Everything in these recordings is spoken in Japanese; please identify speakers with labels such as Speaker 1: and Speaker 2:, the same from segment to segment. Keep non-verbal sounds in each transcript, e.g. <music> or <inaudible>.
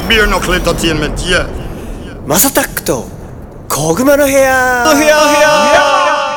Speaker 1: probier nog glimt dat hier met je.
Speaker 2: マサタックと小熊の部屋の部屋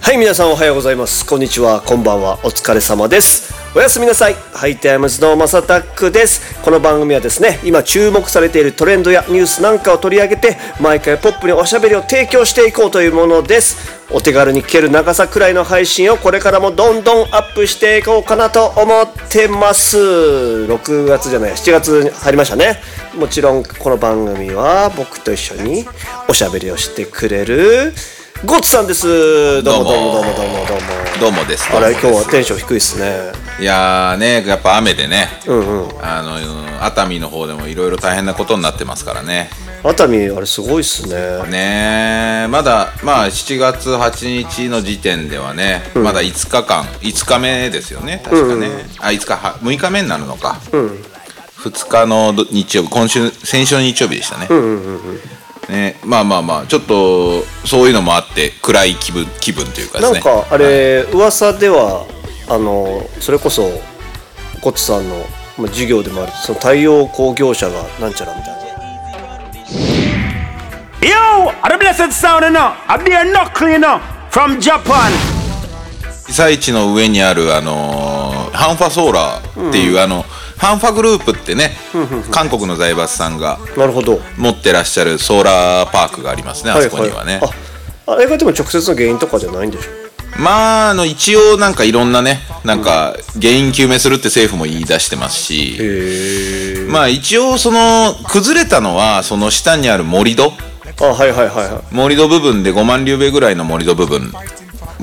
Speaker 2: はい皆さんおはようございますこんにちはこんばんはお疲れ様ですおやすみなさいハイタイムズのマサタックですこの番組はですね今注目されているトレンドやニュースなんかを取り上げて毎回ポップにおしゃべりを提供していこうというものですお手軽に聞ける長さくらいの配信をこれからもどんどんアップしていこうかなと思ってます6月じゃない7月に入りましたねもちろんこの番組は僕と一緒におしゃべりをしてくれるゴッツさんですどうもどうもどうもどうもどうも
Speaker 3: どうもです。
Speaker 2: あれ
Speaker 3: ど
Speaker 2: 今日
Speaker 3: うも
Speaker 2: はテンション低いですね
Speaker 3: ですいやーね、やっぱ雨でね、
Speaker 2: うんうん
Speaker 3: あのうん熱海の方でもいろいろ大変なことになってますからね。
Speaker 2: 熱海あれすごいっすね
Speaker 3: ねーまだまあ7月8日の時点ではね、まだ5日間、5日目ですよね。確かね。あ、5日は6日目になるのか。2日のど日曜日、今週先週の日曜日でしたね。ね、まあまあまあちょっとそういうのもあって暗い気分気分というかで
Speaker 2: な
Speaker 3: すね
Speaker 2: んかあれ噂ではあのそれこそゴッツさんのまあ授業でもあるその太陽光業者がなんちゃらみたいな
Speaker 4: Yo, are the blessed sound you know? Are they not clean up from Japan?
Speaker 3: 被災地の上にある、あのーハンファソーラーっていう、あのハンファグループってね、韓国の財閥さんが
Speaker 2: なるほど
Speaker 3: 持ってらっしゃるソーラーパークがありますね、あそこにはね、
Speaker 2: ああれがでも直接の原因とかじゃないんでしょ
Speaker 3: まああの一応なんかいろんなねなんか原因究明するって政府も言い出してますし、
Speaker 2: へえ
Speaker 3: まあ一応その崩れたのはその下にある盛り土
Speaker 2: あはいはいはいはい
Speaker 3: 盛り土部分で5万竜米ぐらいの盛り土部分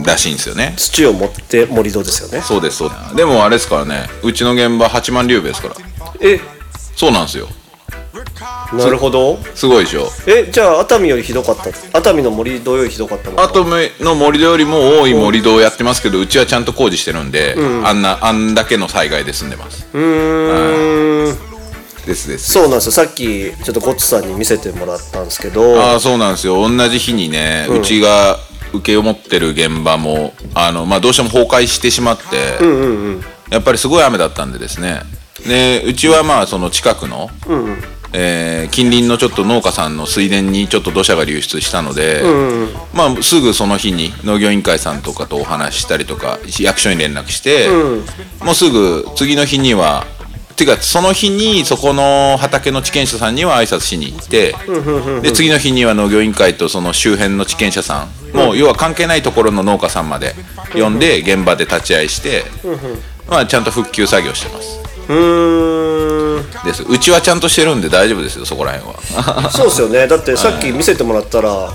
Speaker 3: らしいんですよね
Speaker 2: 土を持って盛り土ですよね
Speaker 3: そうですそうですでもあれですからねうちの現場8万竜米ですから
Speaker 2: え
Speaker 3: そうなんですよ
Speaker 2: なるほど
Speaker 3: すごいでしょ
Speaker 2: えじゃあ熱海よりひどかった熱海の盛り土よりひどかったのか
Speaker 3: アトムの盛り土よりも多い盛り土をやってますけどうちはちゃんと工事してるんで、あんなあんだけの災害で済んでます
Speaker 2: うーん
Speaker 3: ですです
Speaker 2: そうなんですよさっきちょっとゴッツさんに見せてもらったんですけど
Speaker 3: ああそうなんですよ同じ日にね、うちが受け持ってる現場もあの、まあ、どうしても崩壊してしまって、やっぱりすごい雨だったんでですねでうちはまあその近くの、えー近隣のちょっと農家さんの水田にちょっと土砂が流出したので、まあ、すぐその日に農業委員会さんとかとお話ししたりとか役所に連絡して、もうすぐ次の日にはていうかその日にそこの畑の地権者さんには挨拶しに行ってで次の日には農業委員会とその周辺の地権者さんもう要は関係ないところの農家さんまで呼んで現場で立ち会いして、まあ、ちゃんと復旧作業してます
Speaker 2: うーん
Speaker 3: ですうちはちゃんとしてるんで大丈夫ですよそこら辺は
Speaker 2: そうですよねだってさっき見せてもらったらあ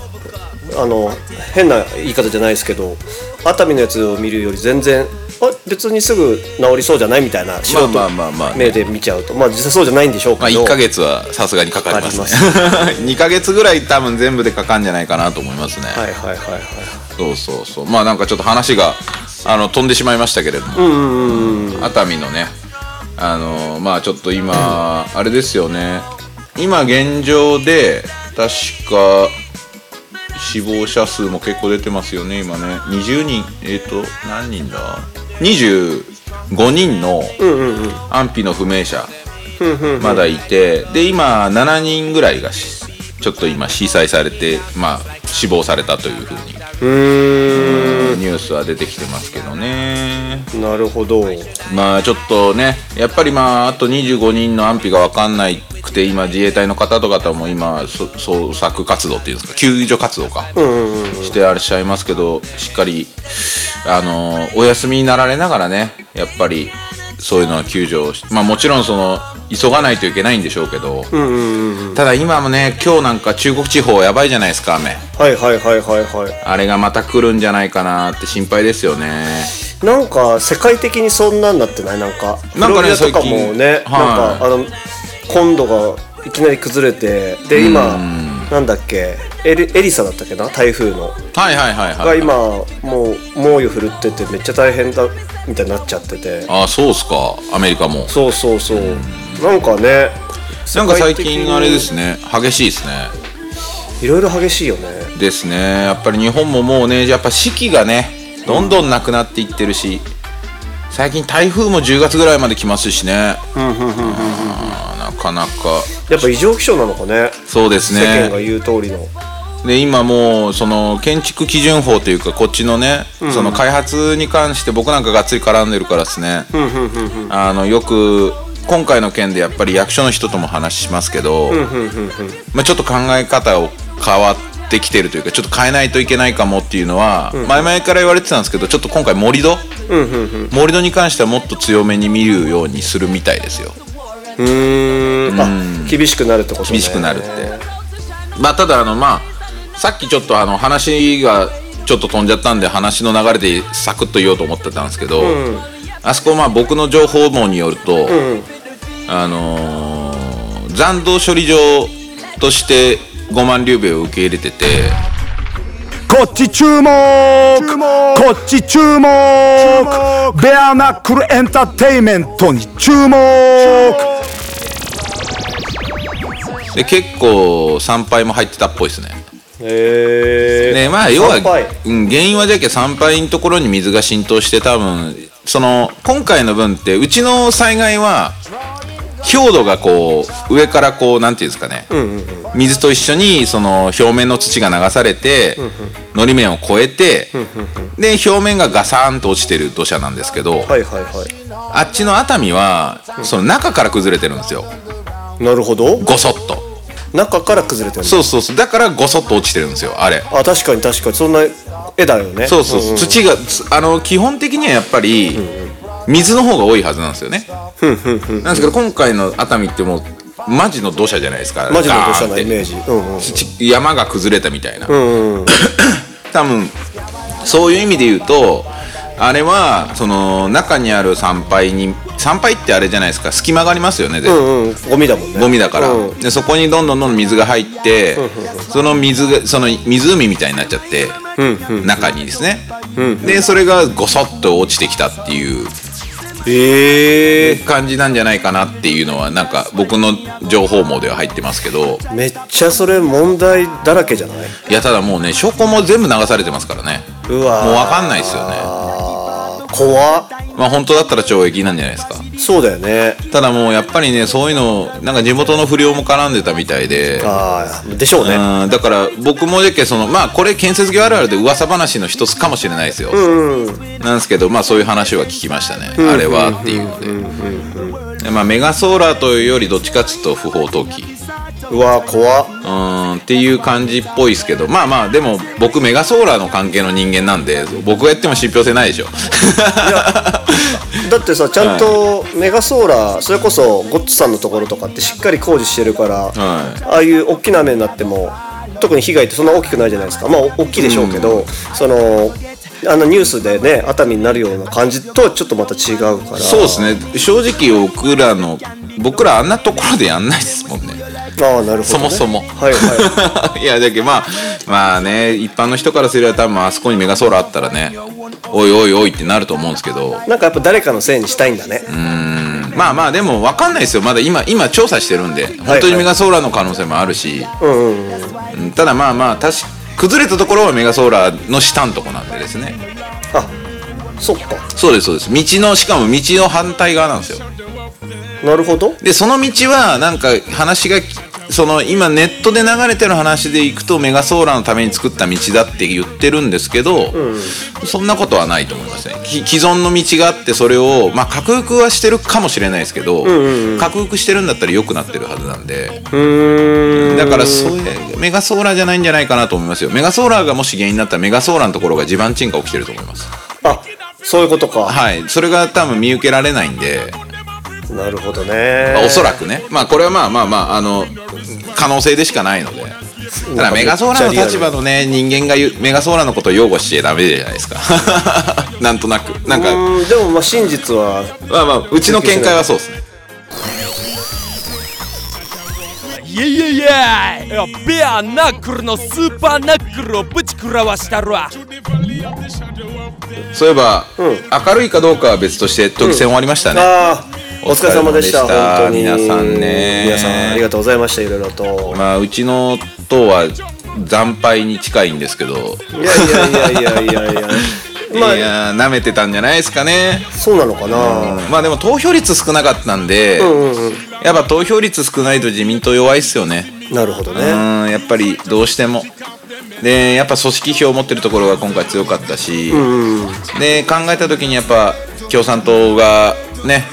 Speaker 2: の変な言い方じゃないですけど熱海のやつを見るより全然あ別にすぐ治りそうじゃないみたいな素
Speaker 3: ま
Speaker 2: 人
Speaker 3: あまあまあまあね
Speaker 2: 目で見ちゃうとまあ実際そうじゃないんでしょう
Speaker 3: まあ
Speaker 2: けど
Speaker 3: 1ヶ月はさすがにかかりますね2 <laughs> ヶ月ぐらい多分全部でかかんじゃないかなと思いますね、
Speaker 2: はいはいはいはい
Speaker 3: そうそうそうまあなんかちょっと話があの飛んでしまいましたけれども、熱海のねあのまあちょっと今あれですよね今現状で確か死亡者数も結構出てますよね今ね20人えっ、と何人だ25人の安否の不明者まだいてで今7人ぐらいがしちょっと今被災されてまあ死亡されたというふうに
Speaker 2: うー
Speaker 3: ニュースは出てきてますけどね
Speaker 2: んなるほど
Speaker 3: まあちょっとねやっぱりまああと25人の安否が分かんないくて今自衛隊の方とかも今そ捜索活動っていうんですか救助活動か、してらっしゃいますけどしっかりあのお休みになられながらねやっぱりそういうのは救助をしまあもちろんその急がないといけないんでしょうけど、ただ今もね今日なんか中国地方やばいじゃないですか雨
Speaker 2: はいはいはいはいはい
Speaker 3: あれがまた来るんじゃないかなって心配ですよね
Speaker 2: なんか世界的にそんなんなってないなんかフ
Speaker 3: なん
Speaker 2: ロ
Speaker 3: か
Speaker 2: リ
Speaker 3: ね
Speaker 2: ダとかもね
Speaker 3: 最近
Speaker 2: な
Speaker 3: は
Speaker 2: ん
Speaker 3: い
Speaker 2: かあの今度がいきなり崩れてで今なんだっけエリエリサだったっけな台風の
Speaker 3: はいはいはいはい
Speaker 2: が今もう猛威を振るっててめっちゃ大変だみたいになっちゃってて
Speaker 3: あそうっすかアメリカも
Speaker 2: そうそうそうなんかね
Speaker 3: なんか最
Speaker 2: 世界的に
Speaker 3: 近あれですね激しいですね
Speaker 2: いろいろ激しいよね
Speaker 3: ですねやっぱり日本ももうねやっぱ四季がねどんどんなくなっていってるし最近台風も10月ぐらいまで来ますしねあーなかなか
Speaker 2: やっぱ異常気象なのかね
Speaker 3: そうです
Speaker 2: 世間が
Speaker 3: ね
Speaker 2: 言う通りの
Speaker 3: で今もうその建築基準法というかこっちのねその開発に関して僕なんかがっつり絡んでるからですねあのよく今回の件でやっぱり役所の人とも話しますけどまあちょっと考え方を変わってきてるというかちょっと変えないといけないかもっていうのは前々から言われてたんですけどちょっと今回盛り土盛り土に関してはもっと強めに見るようにするみたいですよ
Speaker 2: うーんあ厳しくなるってことね
Speaker 3: 厳しくなるってまあただあのまあさっきちょっとあの話がちょっと飛んじゃったんで話の流れでサクッと言おうと思ってたんですけど、あそこまあ僕の情報網によると、あのー残土処理場として5万リュウベイを受け入れてて
Speaker 4: こっち注目こっち注目ベアナックルエンターテイメントに注目
Speaker 3: で結構参拝も入ってたっぽいですね。
Speaker 2: へえ
Speaker 3: ねまあ要は、
Speaker 2: 参拝
Speaker 3: うん、原因はじゃけ参拝のところに水が浸透して多分その今回の分ってうちの災害は強度がこう上からこうなんていうんですかね、水と一緒にその表面の土が流されて、のり面を越えて、で表面がガサンと落ちてる土砂なんですけ
Speaker 2: は
Speaker 3: ど、
Speaker 2: いはいは
Speaker 3: あっちの熱海は、その中から崩れてるんですよ
Speaker 2: いなるほど
Speaker 3: ごそっと。
Speaker 2: 中から崩れてるの
Speaker 3: そうそうそうだからごそっと落ちてるんですよあれ
Speaker 2: あ確かに確かにそんな絵だよね
Speaker 3: <laughs> そうそうそう、土がつあの基本的にはやっぱり水の方が多いはずなんですよね。なんですけど今回の熱海ってもうマジの土砂じゃないですか。
Speaker 2: マジの土砂
Speaker 3: ガーンっ
Speaker 2: な
Speaker 3: て
Speaker 2: イメージうんうん
Speaker 3: 土山が崩れたみたいな、 <coughs> 多分そういう意味で言うとあれはその中にある参拝に参拝ってあれじゃないですか隙間がありますよね、絶対
Speaker 2: うんうんゴミだもんね
Speaker 3: ゴミだから、
Speaker 2: うん
Speaker 3: でそこにどんどんどんどん水が入って、その水がその湖みたいになっちゃって、中にですね、でそれがごそっと落ちてきたっていう
Speaker 2: ええ
Speaker 3: 感じなんじゃないかなっていうのはなんか僕の情報網では入ってますけど
Speaker 2: めっちゃそれ問題だらけじゃない
Speaker 3: いやただもうね証拠も全部流されてますからね
Speaker 2: うわー
Speaker 3: もう分かんないですよね
Speaker 2: あー怖っ
Speaker 3: まあ本当だったら懲役なんじゃないですか
Speaker 2: そうだよね
Speaker 3: ただもうやっぱりねそういうのなんか地元の不良も絡んでたみたいで
Speaker 2: ああでしょうね
Speaker 3: うんだから僕もじゃけそのまあこれ建設業あるあるで噂話の一つかもしれないですよ、なんですけどまあそういう話は聞きましたね、あれはっていうので、でまあ、メガソーラーというよりどっちかっつうと不法投棄
Speaker 2: うわー怖っ
Speaker 3: うんっていう感じっぽいですけどまあまあでも僕メガソーラーの関係の人間なんで僕がやっても信憑性ないでしょ
Speaker 2: だってさちゃんとメガソーラーそれこそゴッツさんのところとかってしっかり工事してるから、
Speaker 3: はい
Speaker 2: ああいう大きな雨になっても特に被害ってそんな大きくないじゃないですかまあ大きいでしょうけど、そのあのニュースでね熱海になるような感じとはちょっとまた違うから
Speaker 3: <laughs> そうですね正直僕らの僕らあんなところでやんないですもんね
Speaker 2: ああなるほどね、
Speaker 3: そもそも
Speaker 2: はいはい
Speaker 3: <laughs> やだけどまあまあね一般の人からすれば多分あそこにメガソーラーあったらねおいおいおいってなると思うんですけど <laughs>
Speaker 2: いなんかやっぱ誰かのせいにしたいんだね、
Speaker 3: うんまあまあでも分かんないですよまだ今今調査してるんで本当にメガソーラーの可能性もあるし、うんただまあまあ確か崩れたところはメガソーラーの下のとこなんでですね
Speaker 2: あそっか
Speaker 3: そうですそうです道のしかも道の反対側なんですよ
Speaker 2: なるほど
Speaker 3: でその道はなんか話がその今ネットで流れてる話でいくとメガソーラーのために作った道だって言ってるんですけど、そんなことはないと思いますねき既存の道があってそれをまあ克服はしてるかもしれないですけど、克服してるんだったら良くなってるはずなんで
Speaker 2: うーん
Speaker 3: だからそれメガソーラーじゃないんじゃないかなと思いますよメガソーラーがもし原因だったらメガソーラーのところが地盤沈下起きてると思います
Speaker 2: あそういうことか、
Speaker 3: はいそれが多分見受けられないんで
Speaker 2: なるほどね
Speaker 3: まあおそらくね、まあ、これはまあまあまああの可能性でしかないのでただメガソーラーの立場のね人間が言うメガソーラーのことを擁護しちゃダメじゃないですか <laughs> なんとなくなんか
Speaker 2: うんでもまあ真実は
Speaker 3: まあまあうちの見解はそうですね
Speaker 1: Yeah, yeah, yeah! Беа накр, но супа накр, быть крова стара!
Speaker 3: そういえば、明るいかどうかは別として都議選終わりましたね、
Speaker 2: ああお疲れ様でした
Speaker 3: お疲れ
Speaker 2: 本当
Speaker 3: 様でした
Speaker 2: に
Speaker 3: 皆さんね
Speaker 2: 皆さんありがとうございましたいろいろと、
Speaker 3: まあうちの党は惨敗に近いんですけど、
Speaker 2: いやいやいやいやいやいや
Speaker 3: <laughs> い
Speaker 2: まあ
Speaker 3: やー舐めてたんじゃないですかね
Speaker 2: そうなのかな
Speaker 3: まあでも投票率少なかったんで、やっぱ投票率少ないと自民党弱いっすよね
Speaker 2: なるほど
Speaker 3: う
Speaker 2: ね
Speaker 3: んやっぱりどうしてもでやっぱ組織票を持ってるところが今回強かったし、で考えた時にやっぱ共産党がね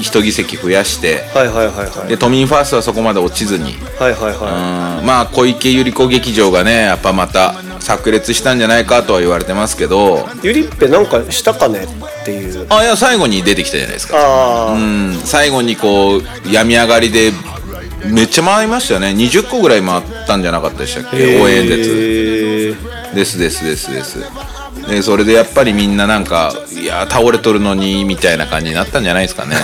Speaker 3: 一、一議席増やして
Speaker 2: はいはいはいはい
Speaker 3: で都民ファーストはそこまで落ちずに、
Speaker 2: はいはい
Speaker 3: うん
Speaker 2: は
Speaker 3: まあ小池百合子劇場がねやっぱまた炸裂したんじゃないかとは言われてますけど
Speaker 2: いゆりっぺなんかしたかねっていう
Speaker 3: あいや最後に出てきたじゃないですか
Speaker 2: あ
Speaker 3: うん、最後にこう病み上がりでめっちゃ回りましたよね20個ぐらい回ったんじゃなかったでしたっ
Speaker 2: あ
Speaker 3: け応援演説
Speaker 2: え
Speaker 3: ですですですですでそれでやっぱりみんななんかいやー倒れとるのにみたいな感じになったんじゃないですか
Speaker 2: <laughs>
Speaker 3: ね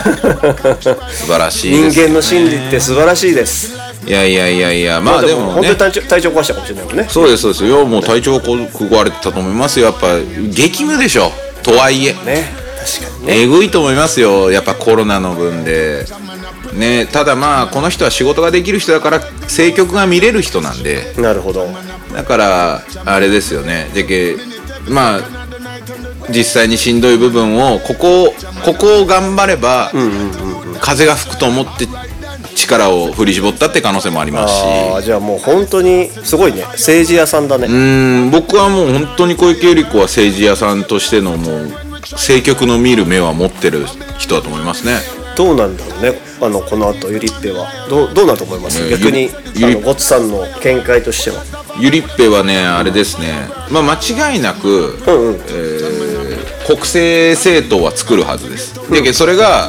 Speaker 3: 素晴らしい
Speaker 2: 人
Speaker 3: です
Speaker 2: 間の心理って素晴らしいです
Speaker 3: いやいやいやいやまあ
Speaker 2: で
Speaker 3: で
Speaker 2: も
Speaker 3: も
Speaker 2: 本当
Speaker 3: ね
Speaker 2: に体調体調壊したかもしれないもんね
Speaker 3: そうですそうですよもう体調こ食われてたと思いますよやっぱ激務でしょとはいえ
Speaker 2: ね確かにね
Speaker 3: えぐいと思いますよやっぱコロナの分で、ね、ただまあこの人は仕事ができる人だから政局が見れる人なんで
Speaker 2: なるほど
Speaker 3: だからあれですよねじゃけまあ実際にしんどい部分をここをここを頑張れば、風が吹くと思って力を振り絞ったって可能性もありますし
Speaker 2: ああじゃあもう本当にすごいね政治屋さんだね
Speaker 3: うん僕はもう本当に小池百合子は政治屋さんとしてのもう政局の見る目は持ってる人だと思いますね。
Speaker 2: どうなんだろうねあのこの後ゆりっぺはどうどうなると思います
Speaker 3: うん
Speaker 2: 逆に
Speaker 3: ゆ
Speaker 2: あ
Speaker 3: り
Speaker 2: のゴッツさんの見解としては
Speaker 3: ゆりっぺはねあれですねまあ間違いなく、
Speaker 2: うんうん
Speaker 3: 国政政党は作るはずですでけどそれが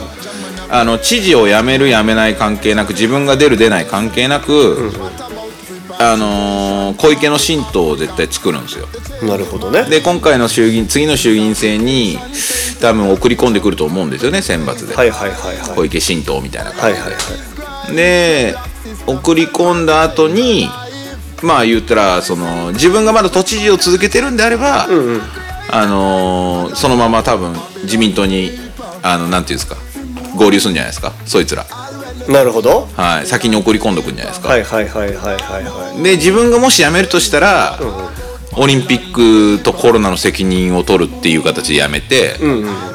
Speaker 3: あの知事を辞める辞めない関係なく自分が出る出ない関係なく、あのー小池の新党を絶対作るんですよ
Speaker 2: なるほどね
Speaker 3: で今回の衆議院次の衆議院選に多分送り込んでくると思うんですよね選抜で、
Speaker 2: はいはいはいはい
Speaker 3: 小池新党みたいな
Speaker 2: は
Speaker 3: 感
Speaker 2: い
Speaker 3: じで、
Speaker 2: はいはい
Speaker 3: で送り込んだ後にまあ言ったらその自分がまだ都知事を続けてるんであれば、あのーそのまま多分自民党にあのなんていうんですか合流するんじゃないですかそいつら、
Speaker 2: なるほど
Speaker 3: はい、先に送り込んどくんじゃないですか、
Speaker 2: はいはいはいはいはいは
Speaker 3: で自分がもし辞めるとしたら、オリンピックとコロナの責任を取るっていう形で辞めて、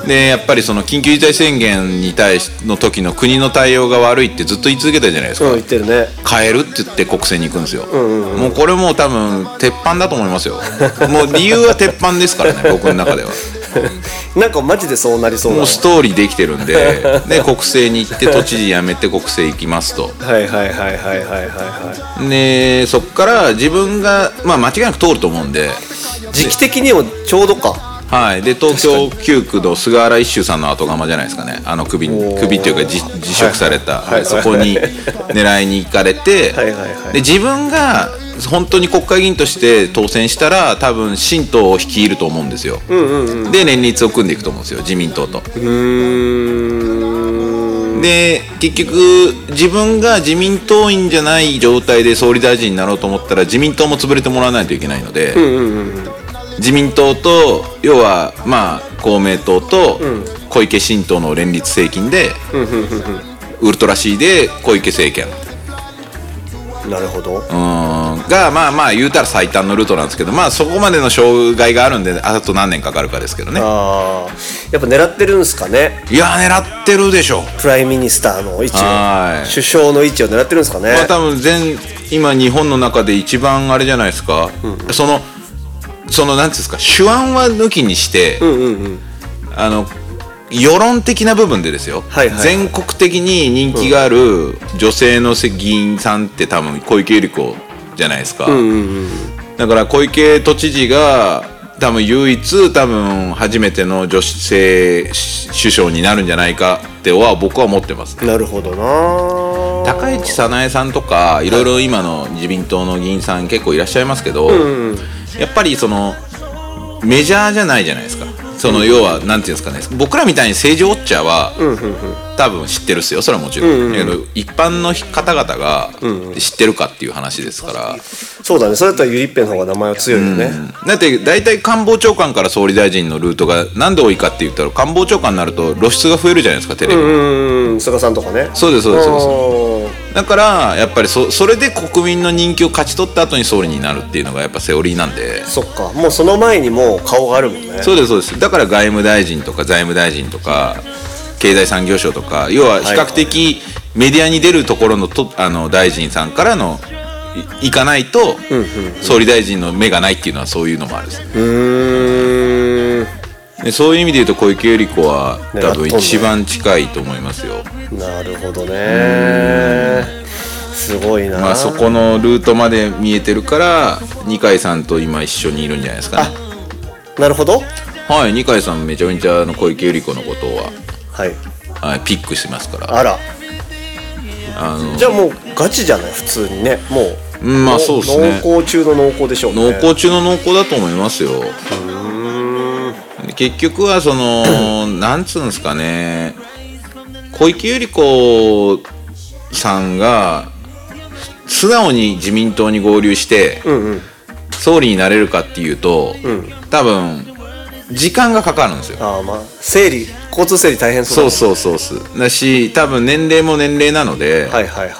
Speaker 3: でやっぱりその緊急事態宣言に対しの時の国の対応が悪いってずっと言い続けたじゃないです
Speaker 2: い
Speaker 3: か、
Speaker 2: うん言ってるね
Speaker 3: 変えるって言って国政に行くんですよ、もうこれもう多分鉄板だと思いますよ <laughs> もう理由は鉄板ですか
Speaker 2: <laughs>
Speaker 3: らね僕の中では
Speaker 2: なんかマジでそうなりそうだな
Speaker 3: もうストーリーできてる
Speaker 2: <laughs>
Speaker 3: んでで国政に行って都知事辞めて <laughs> 国政行きますと
Speaker 2: はいはいはいはいはいはいは
Speaker 3: でそっから自分がまあ間違いなく通ると思うんで
Speaker 2: い時期的にもちょうどか
Speaker 3: はい、で東京9区の菅原一秀さんの後釜じゃないですかね、あの首に
Speaker 2: おー
Speaker 3: 首っていうかじ辞職され
Speaker 2: は
Speaker 3: た、
Speaker 2: いはい
Speaker 3: はいそこに狙いに行かれて、
Speaker 2: はいはいはい
Speaker 3: で自分が本当に国会議員として当選したら、多分新党を率いると思うんですよ、で、連立を組んでいくと思うんですよ、自民党と。
Speaker 2: うーん
Speaker 3: で結局自分が自民党員じゃない状態で総理大臣になろうと思ったら自民党も潰れてもらわないといけないので、自民党と要はまあ公明党と小池新党の連立政権で、ウルトラ C で小池政権
Speaker 2: なるほど
Speaker 3: うーんがまあまあ言うたら最短のルートなんですけどまあそこまでの障害があるんであと何年かかるかですけどね
Speaker 2: ああやっぱ狙ってるんですかね
Speaker 3: いや狙ってるでしょ
Speaker 2: プライミニスターの位置
Speaker 3: は
Speaker 2: を
Speaker 3: い
Speaker 2: 首相の位置を狙ってるんですかね
Speaker 3: まあ、多分全今日本の中で一番あれじゃないですか、そのそのなんていうんですか手腕は抜きにして、あの世論的な部分でですよ、
Speaker 2: はいはいはい
Speaker 3: 全国的に人気がある女性の議員さんって多分小池百合子じゃないですか、だから小池都知事が多分唯一多分初めての女性首相になるんじゃないかっては僕は思ってます
Speaker 2: なるほどな
Speaker 3: 高市早苗さんとかいろいろ今の自民党の議員さん結構いらっしゃいますけど、やっぱりそのメジャーじゃないじゃないですかその要はなんていうんですかね僕らみたいに政治ウォッチャーは、多分知ってるっすよそれはもちろん,、だけど一般の方々が知ってるかっていう話ですから、
Speaker 2: そうだねそれだったらゆりっぺの方が名前は強いよね、
Speaker 3: だって大体官房長官から総理大臣のルートがなんで多いかって言ったら官房長官になると露出が増えるじゃないですかテレビ、
Speaker 2: うーん菅さんとかね
Speaker 3: そうですそうですそうです
Speaker 2: う
Speaker 3: だからやっぱりそそれで国民の人気を勝ち取った後に総理になるっていうのがやっぱセオリーなんで
Speaker 2: そっかもうその前にもう顔があるもんね
Speaker 3: そうですそうですだから外務大臣とか財務大臣とか経済産業省とか要は比較的メディアに出るところのとあの大臣さんからのい行かないと総理大臣の目がないっていうのはそういうのもあるですね
Speaker 2: うーん
Speaker 3: でそういう意味で言うと小池百合子は
Speaker 2: ねや
Speaker 3: 多分
Speaker 2: っとんね
Speaker 3: 一番近いと思いますよ、
Speaker 2: なるほどねすごいな、
Speaker 3: まあ、そこのルートまで見えてるから二階さんと今一緒にいるんじゃないですかね
Speaker 2: なるほど
Speaker 3: はい二階さんめちゃめちゃあの小池百合子のことは、
Speaker 2: はい
Speaker 3: はい、ピックしてますから
Speaker 2: あら
Speaker 3: あの
Speaker 2: じゃあもうガチじゃない普通にねもう、
Speaker 3: うんまあ
Speaker 2: の
Speaker 3: そうっすね
Speaker 2: 濃厚中の濃厚でしょうね
Speaker 3: 濃厚中の濃厚だと思いますよ結局は
Speaker 2: <coughs>
Speaker 3: そのなんつうんですかね小池百合子さんが素直に自民党に合流して
Speaker 2: うんうん
Speaker 3: 総理になれるかっていうと、
Speaker 2: ん
Speaker 3: 多分時間がかかるんですよ
Speaker 2: ああまあ整理交通整理大変そうだ
Speaker 3: そ
Speaker 2: も
Speaker 3: うんそうそうそうだし多分年齢も年齢なので、
Speaker 2: はいはいはい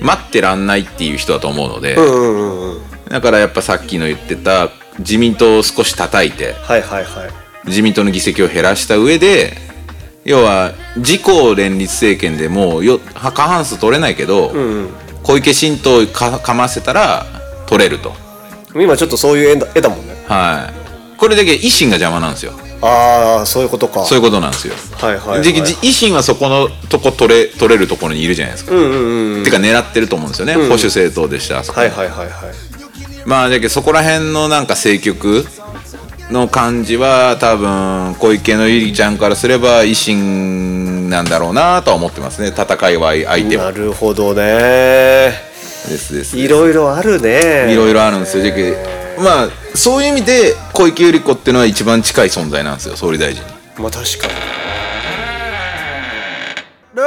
Speaker 3: 待ってらんないっていう人だと思うので、
Speaker 2: うんうんうんうん
Speaker 3: だからやっぱさっきの言ってた自民党を少し叩いて
Speaker 2: はいはいはい
Speaker 3: 自民党の議席を減らした上で要は自公連立政権でもうよ過半数取れないけど、
Speaker 2: うん
Speaker 3: 小池新党をかかませたら取れると
Speaker 2: うん今ちょっとそういう絵だ絵だもんね
Speaker 3: はいこれだけ維新が邪魔なんですよ
Speaker 2: ああそういうことか
Speaker 3: そういうことなんですよ、
Speaker 2: はいはい、はい、
Speaker 3: じじ維新はそこのとこ取れ取れるところにいるじゃないですか、
Speaker 2: うんうんうん
Speaker 3: てか狙ってると思うんですよね、保守政党でしたあそこ
Speaker 2: はいはいはいはい
Speaker 3: まあだけどそこら辺のなんか政局の感じは多分小池のゆりちゃんからすれば維新なんだろうなとは思ってますね戦いは相手
Speaker 2: な
Speaker 3: は
Speaker 2: るほどね
Speaker 3: ですです
Speaker 2: いろいろあるね
Speaker 3: いろいろあるんですよだけどまあそういう意味で小池百合子っていうのは一番近い存在なんですよ総理大臣に
Speaker 2: まあ確かに
Speaker 5: ルー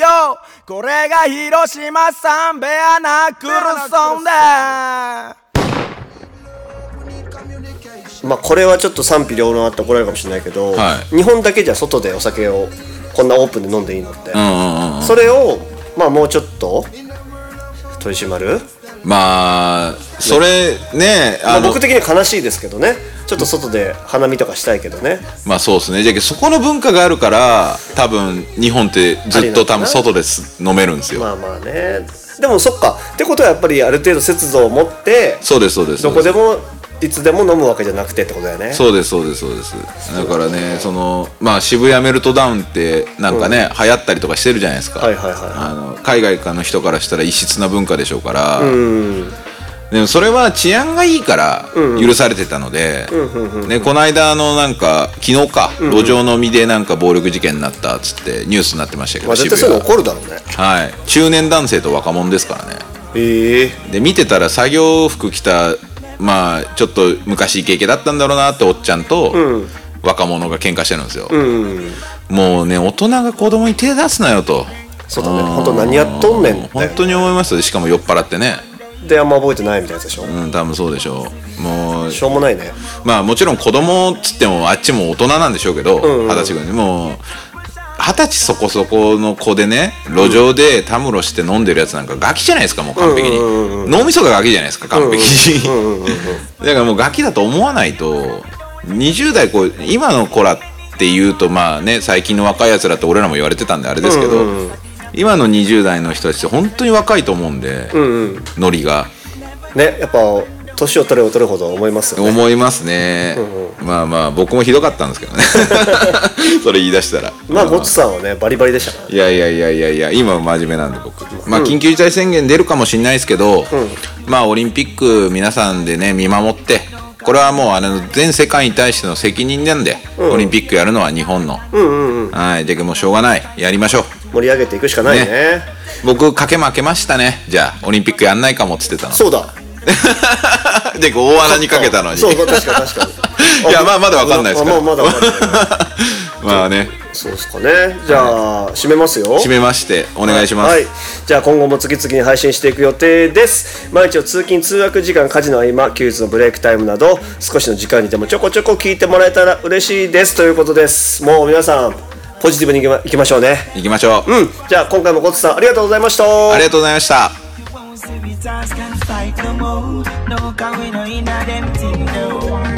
Speaker 5: よこれが広島サンベアナクルソンだ
Speaker 2: まあこれはちょっと賛否両論あって怒られるかもしれないけど、
Speaker 3: はい
Speaker 2: 日本だけじゃ外でお酒をこんなオープンで飲んでいいのって、
Speaker 3: うんうんうん
Speaker 2: それをまあもうちょっと取り締まる、
Speaker 3: まあそれね
Speaker 2: ま
Speaker 3: あ
Speaker 2: あ、
Speaker 3: の
Speaker 2: 僕的には悲しいですけどねちょっと外で花見とかしたいけどね
Speaker 3: まあそうですねじゃあけどそこの文化があるから多分日本ってずっと多分外です飲めるんですよ
Speaker 2: まあまあねでもそっかってことはやっぱりある程度節度を持って
Speaker 3: そうですそうです
Speaker 2: どこでもいつでも飲むわけじゃなくてってことだよね
Speaker 3: そうですそうですそうですだからねそのまあ渋谷メルトダウンってなんかね、流行ったりとかしてるじゃないですか、
Speaker 2: はいはいはい
Speaker 3: あの海外からの人からしたら異質な文化でしょうから、
Speaker 2: うん
Speaker 3: でもそれは治安がいいから許されてたので、ね、この間あのなんか昨日か、路上飲みでなんか暴力事件になったっつってニュースになってましたけど、
Speaker 2: まあ絶対そういうの起こるだろうね
Speaker 3: はい中年男性と若者ですからね
Speaker 2: ええ
Speaker 3: で見てたら作業服着たまあちょっと昔イケイケだったんだろうなっておっちゃんと、若者が喧嘩してるんですよ、
Speaker 2: うん
Speaker 3: もうね大人が子供に手出すなよと
Speaker 2: そうだね本当何やっとんねんって
Speaker 3: 本当に思いますよしかも酔っ払ってね
Speaker 2: であんま覚えてないみたいなやつでしょ、
Speaker 3: うん多分そうでしょうもう
Speaker 2: しょうもないね
Speaker 3: まあもちろん子供っつってもあっちも大人なんでしょうけど
Speaker 2: んうん
Speaker 3: 二十、歳ぐらいでもう二十歳そこそこの子でね路上でたむろして飲んでるやつなんかガキじゃないですかもう完璧に、脳みそがガキじゃないですか完璧に、だからもうガキだと思わないと20代こう今の子らっていうとまあね最近の若いやつらって俺らも言われてたんであれですけど、今の20代の人たちって本当に若いと思うんで、ノリが。
Speaker 2: ねやっぱ年を取れば取るほど思いますよね
Speaker 3: 思いますね、まあまあ僕もひどかったんですけ
Speaker 2: <laughs>
Speaker 3: どねそれ言い出したら
Speaker 2: まあゴッツさんはねバリバリでしたからね
Speaker 3: いやいやいやいやいや今は真面目なんで僕まあ緊急事態宣言出るかもしれないですけど、まあオリンピック皆さんでね見守ってこれはもうあの全世界に対しての責任なんで、オリンピックやるのは日本の、はいじゃあもうしょうがないやりましょう
Speaker 2: 盛り上げていくしかないね
Speaker 3: ね僕賭け負けましたねじゃあオリンピックやんないかもっつってたの
Speaker 2: そうだ
Speaker 3: <laughs> で大穴にかけたのに
Speaker 2: そうそう確かに確かに
Speaker 3: <laughs> いやまあまだわかんないですか
Speaker 2: ま
Speaker 3: ら
Speaker 2: あまあまだわかんないけど
Speaker 3: <laughs> まあね
Speaker 2: そうですかねじゃあ締めますよ
Speaker 3: 締めましてお願いします、
Speaker 2: はい、じゃあ今後も次々に配信していく予定です毎日の通勤通学時間家事の合間休日のブレイクタイムなど少しの時間にでもちょこちょこ聞いてもらえたら嬉しいですということですもう皆さんポジティブにいきまいきましょうね
Speaker 3: 行きましょう、
Speaker 2: うんじゃあ今回もコツさんありがとうございました
Speaker 3: ありがとうございました
Speaker 6: Won't serious eyes can't fight no more. No, cause we know in a them thing, no.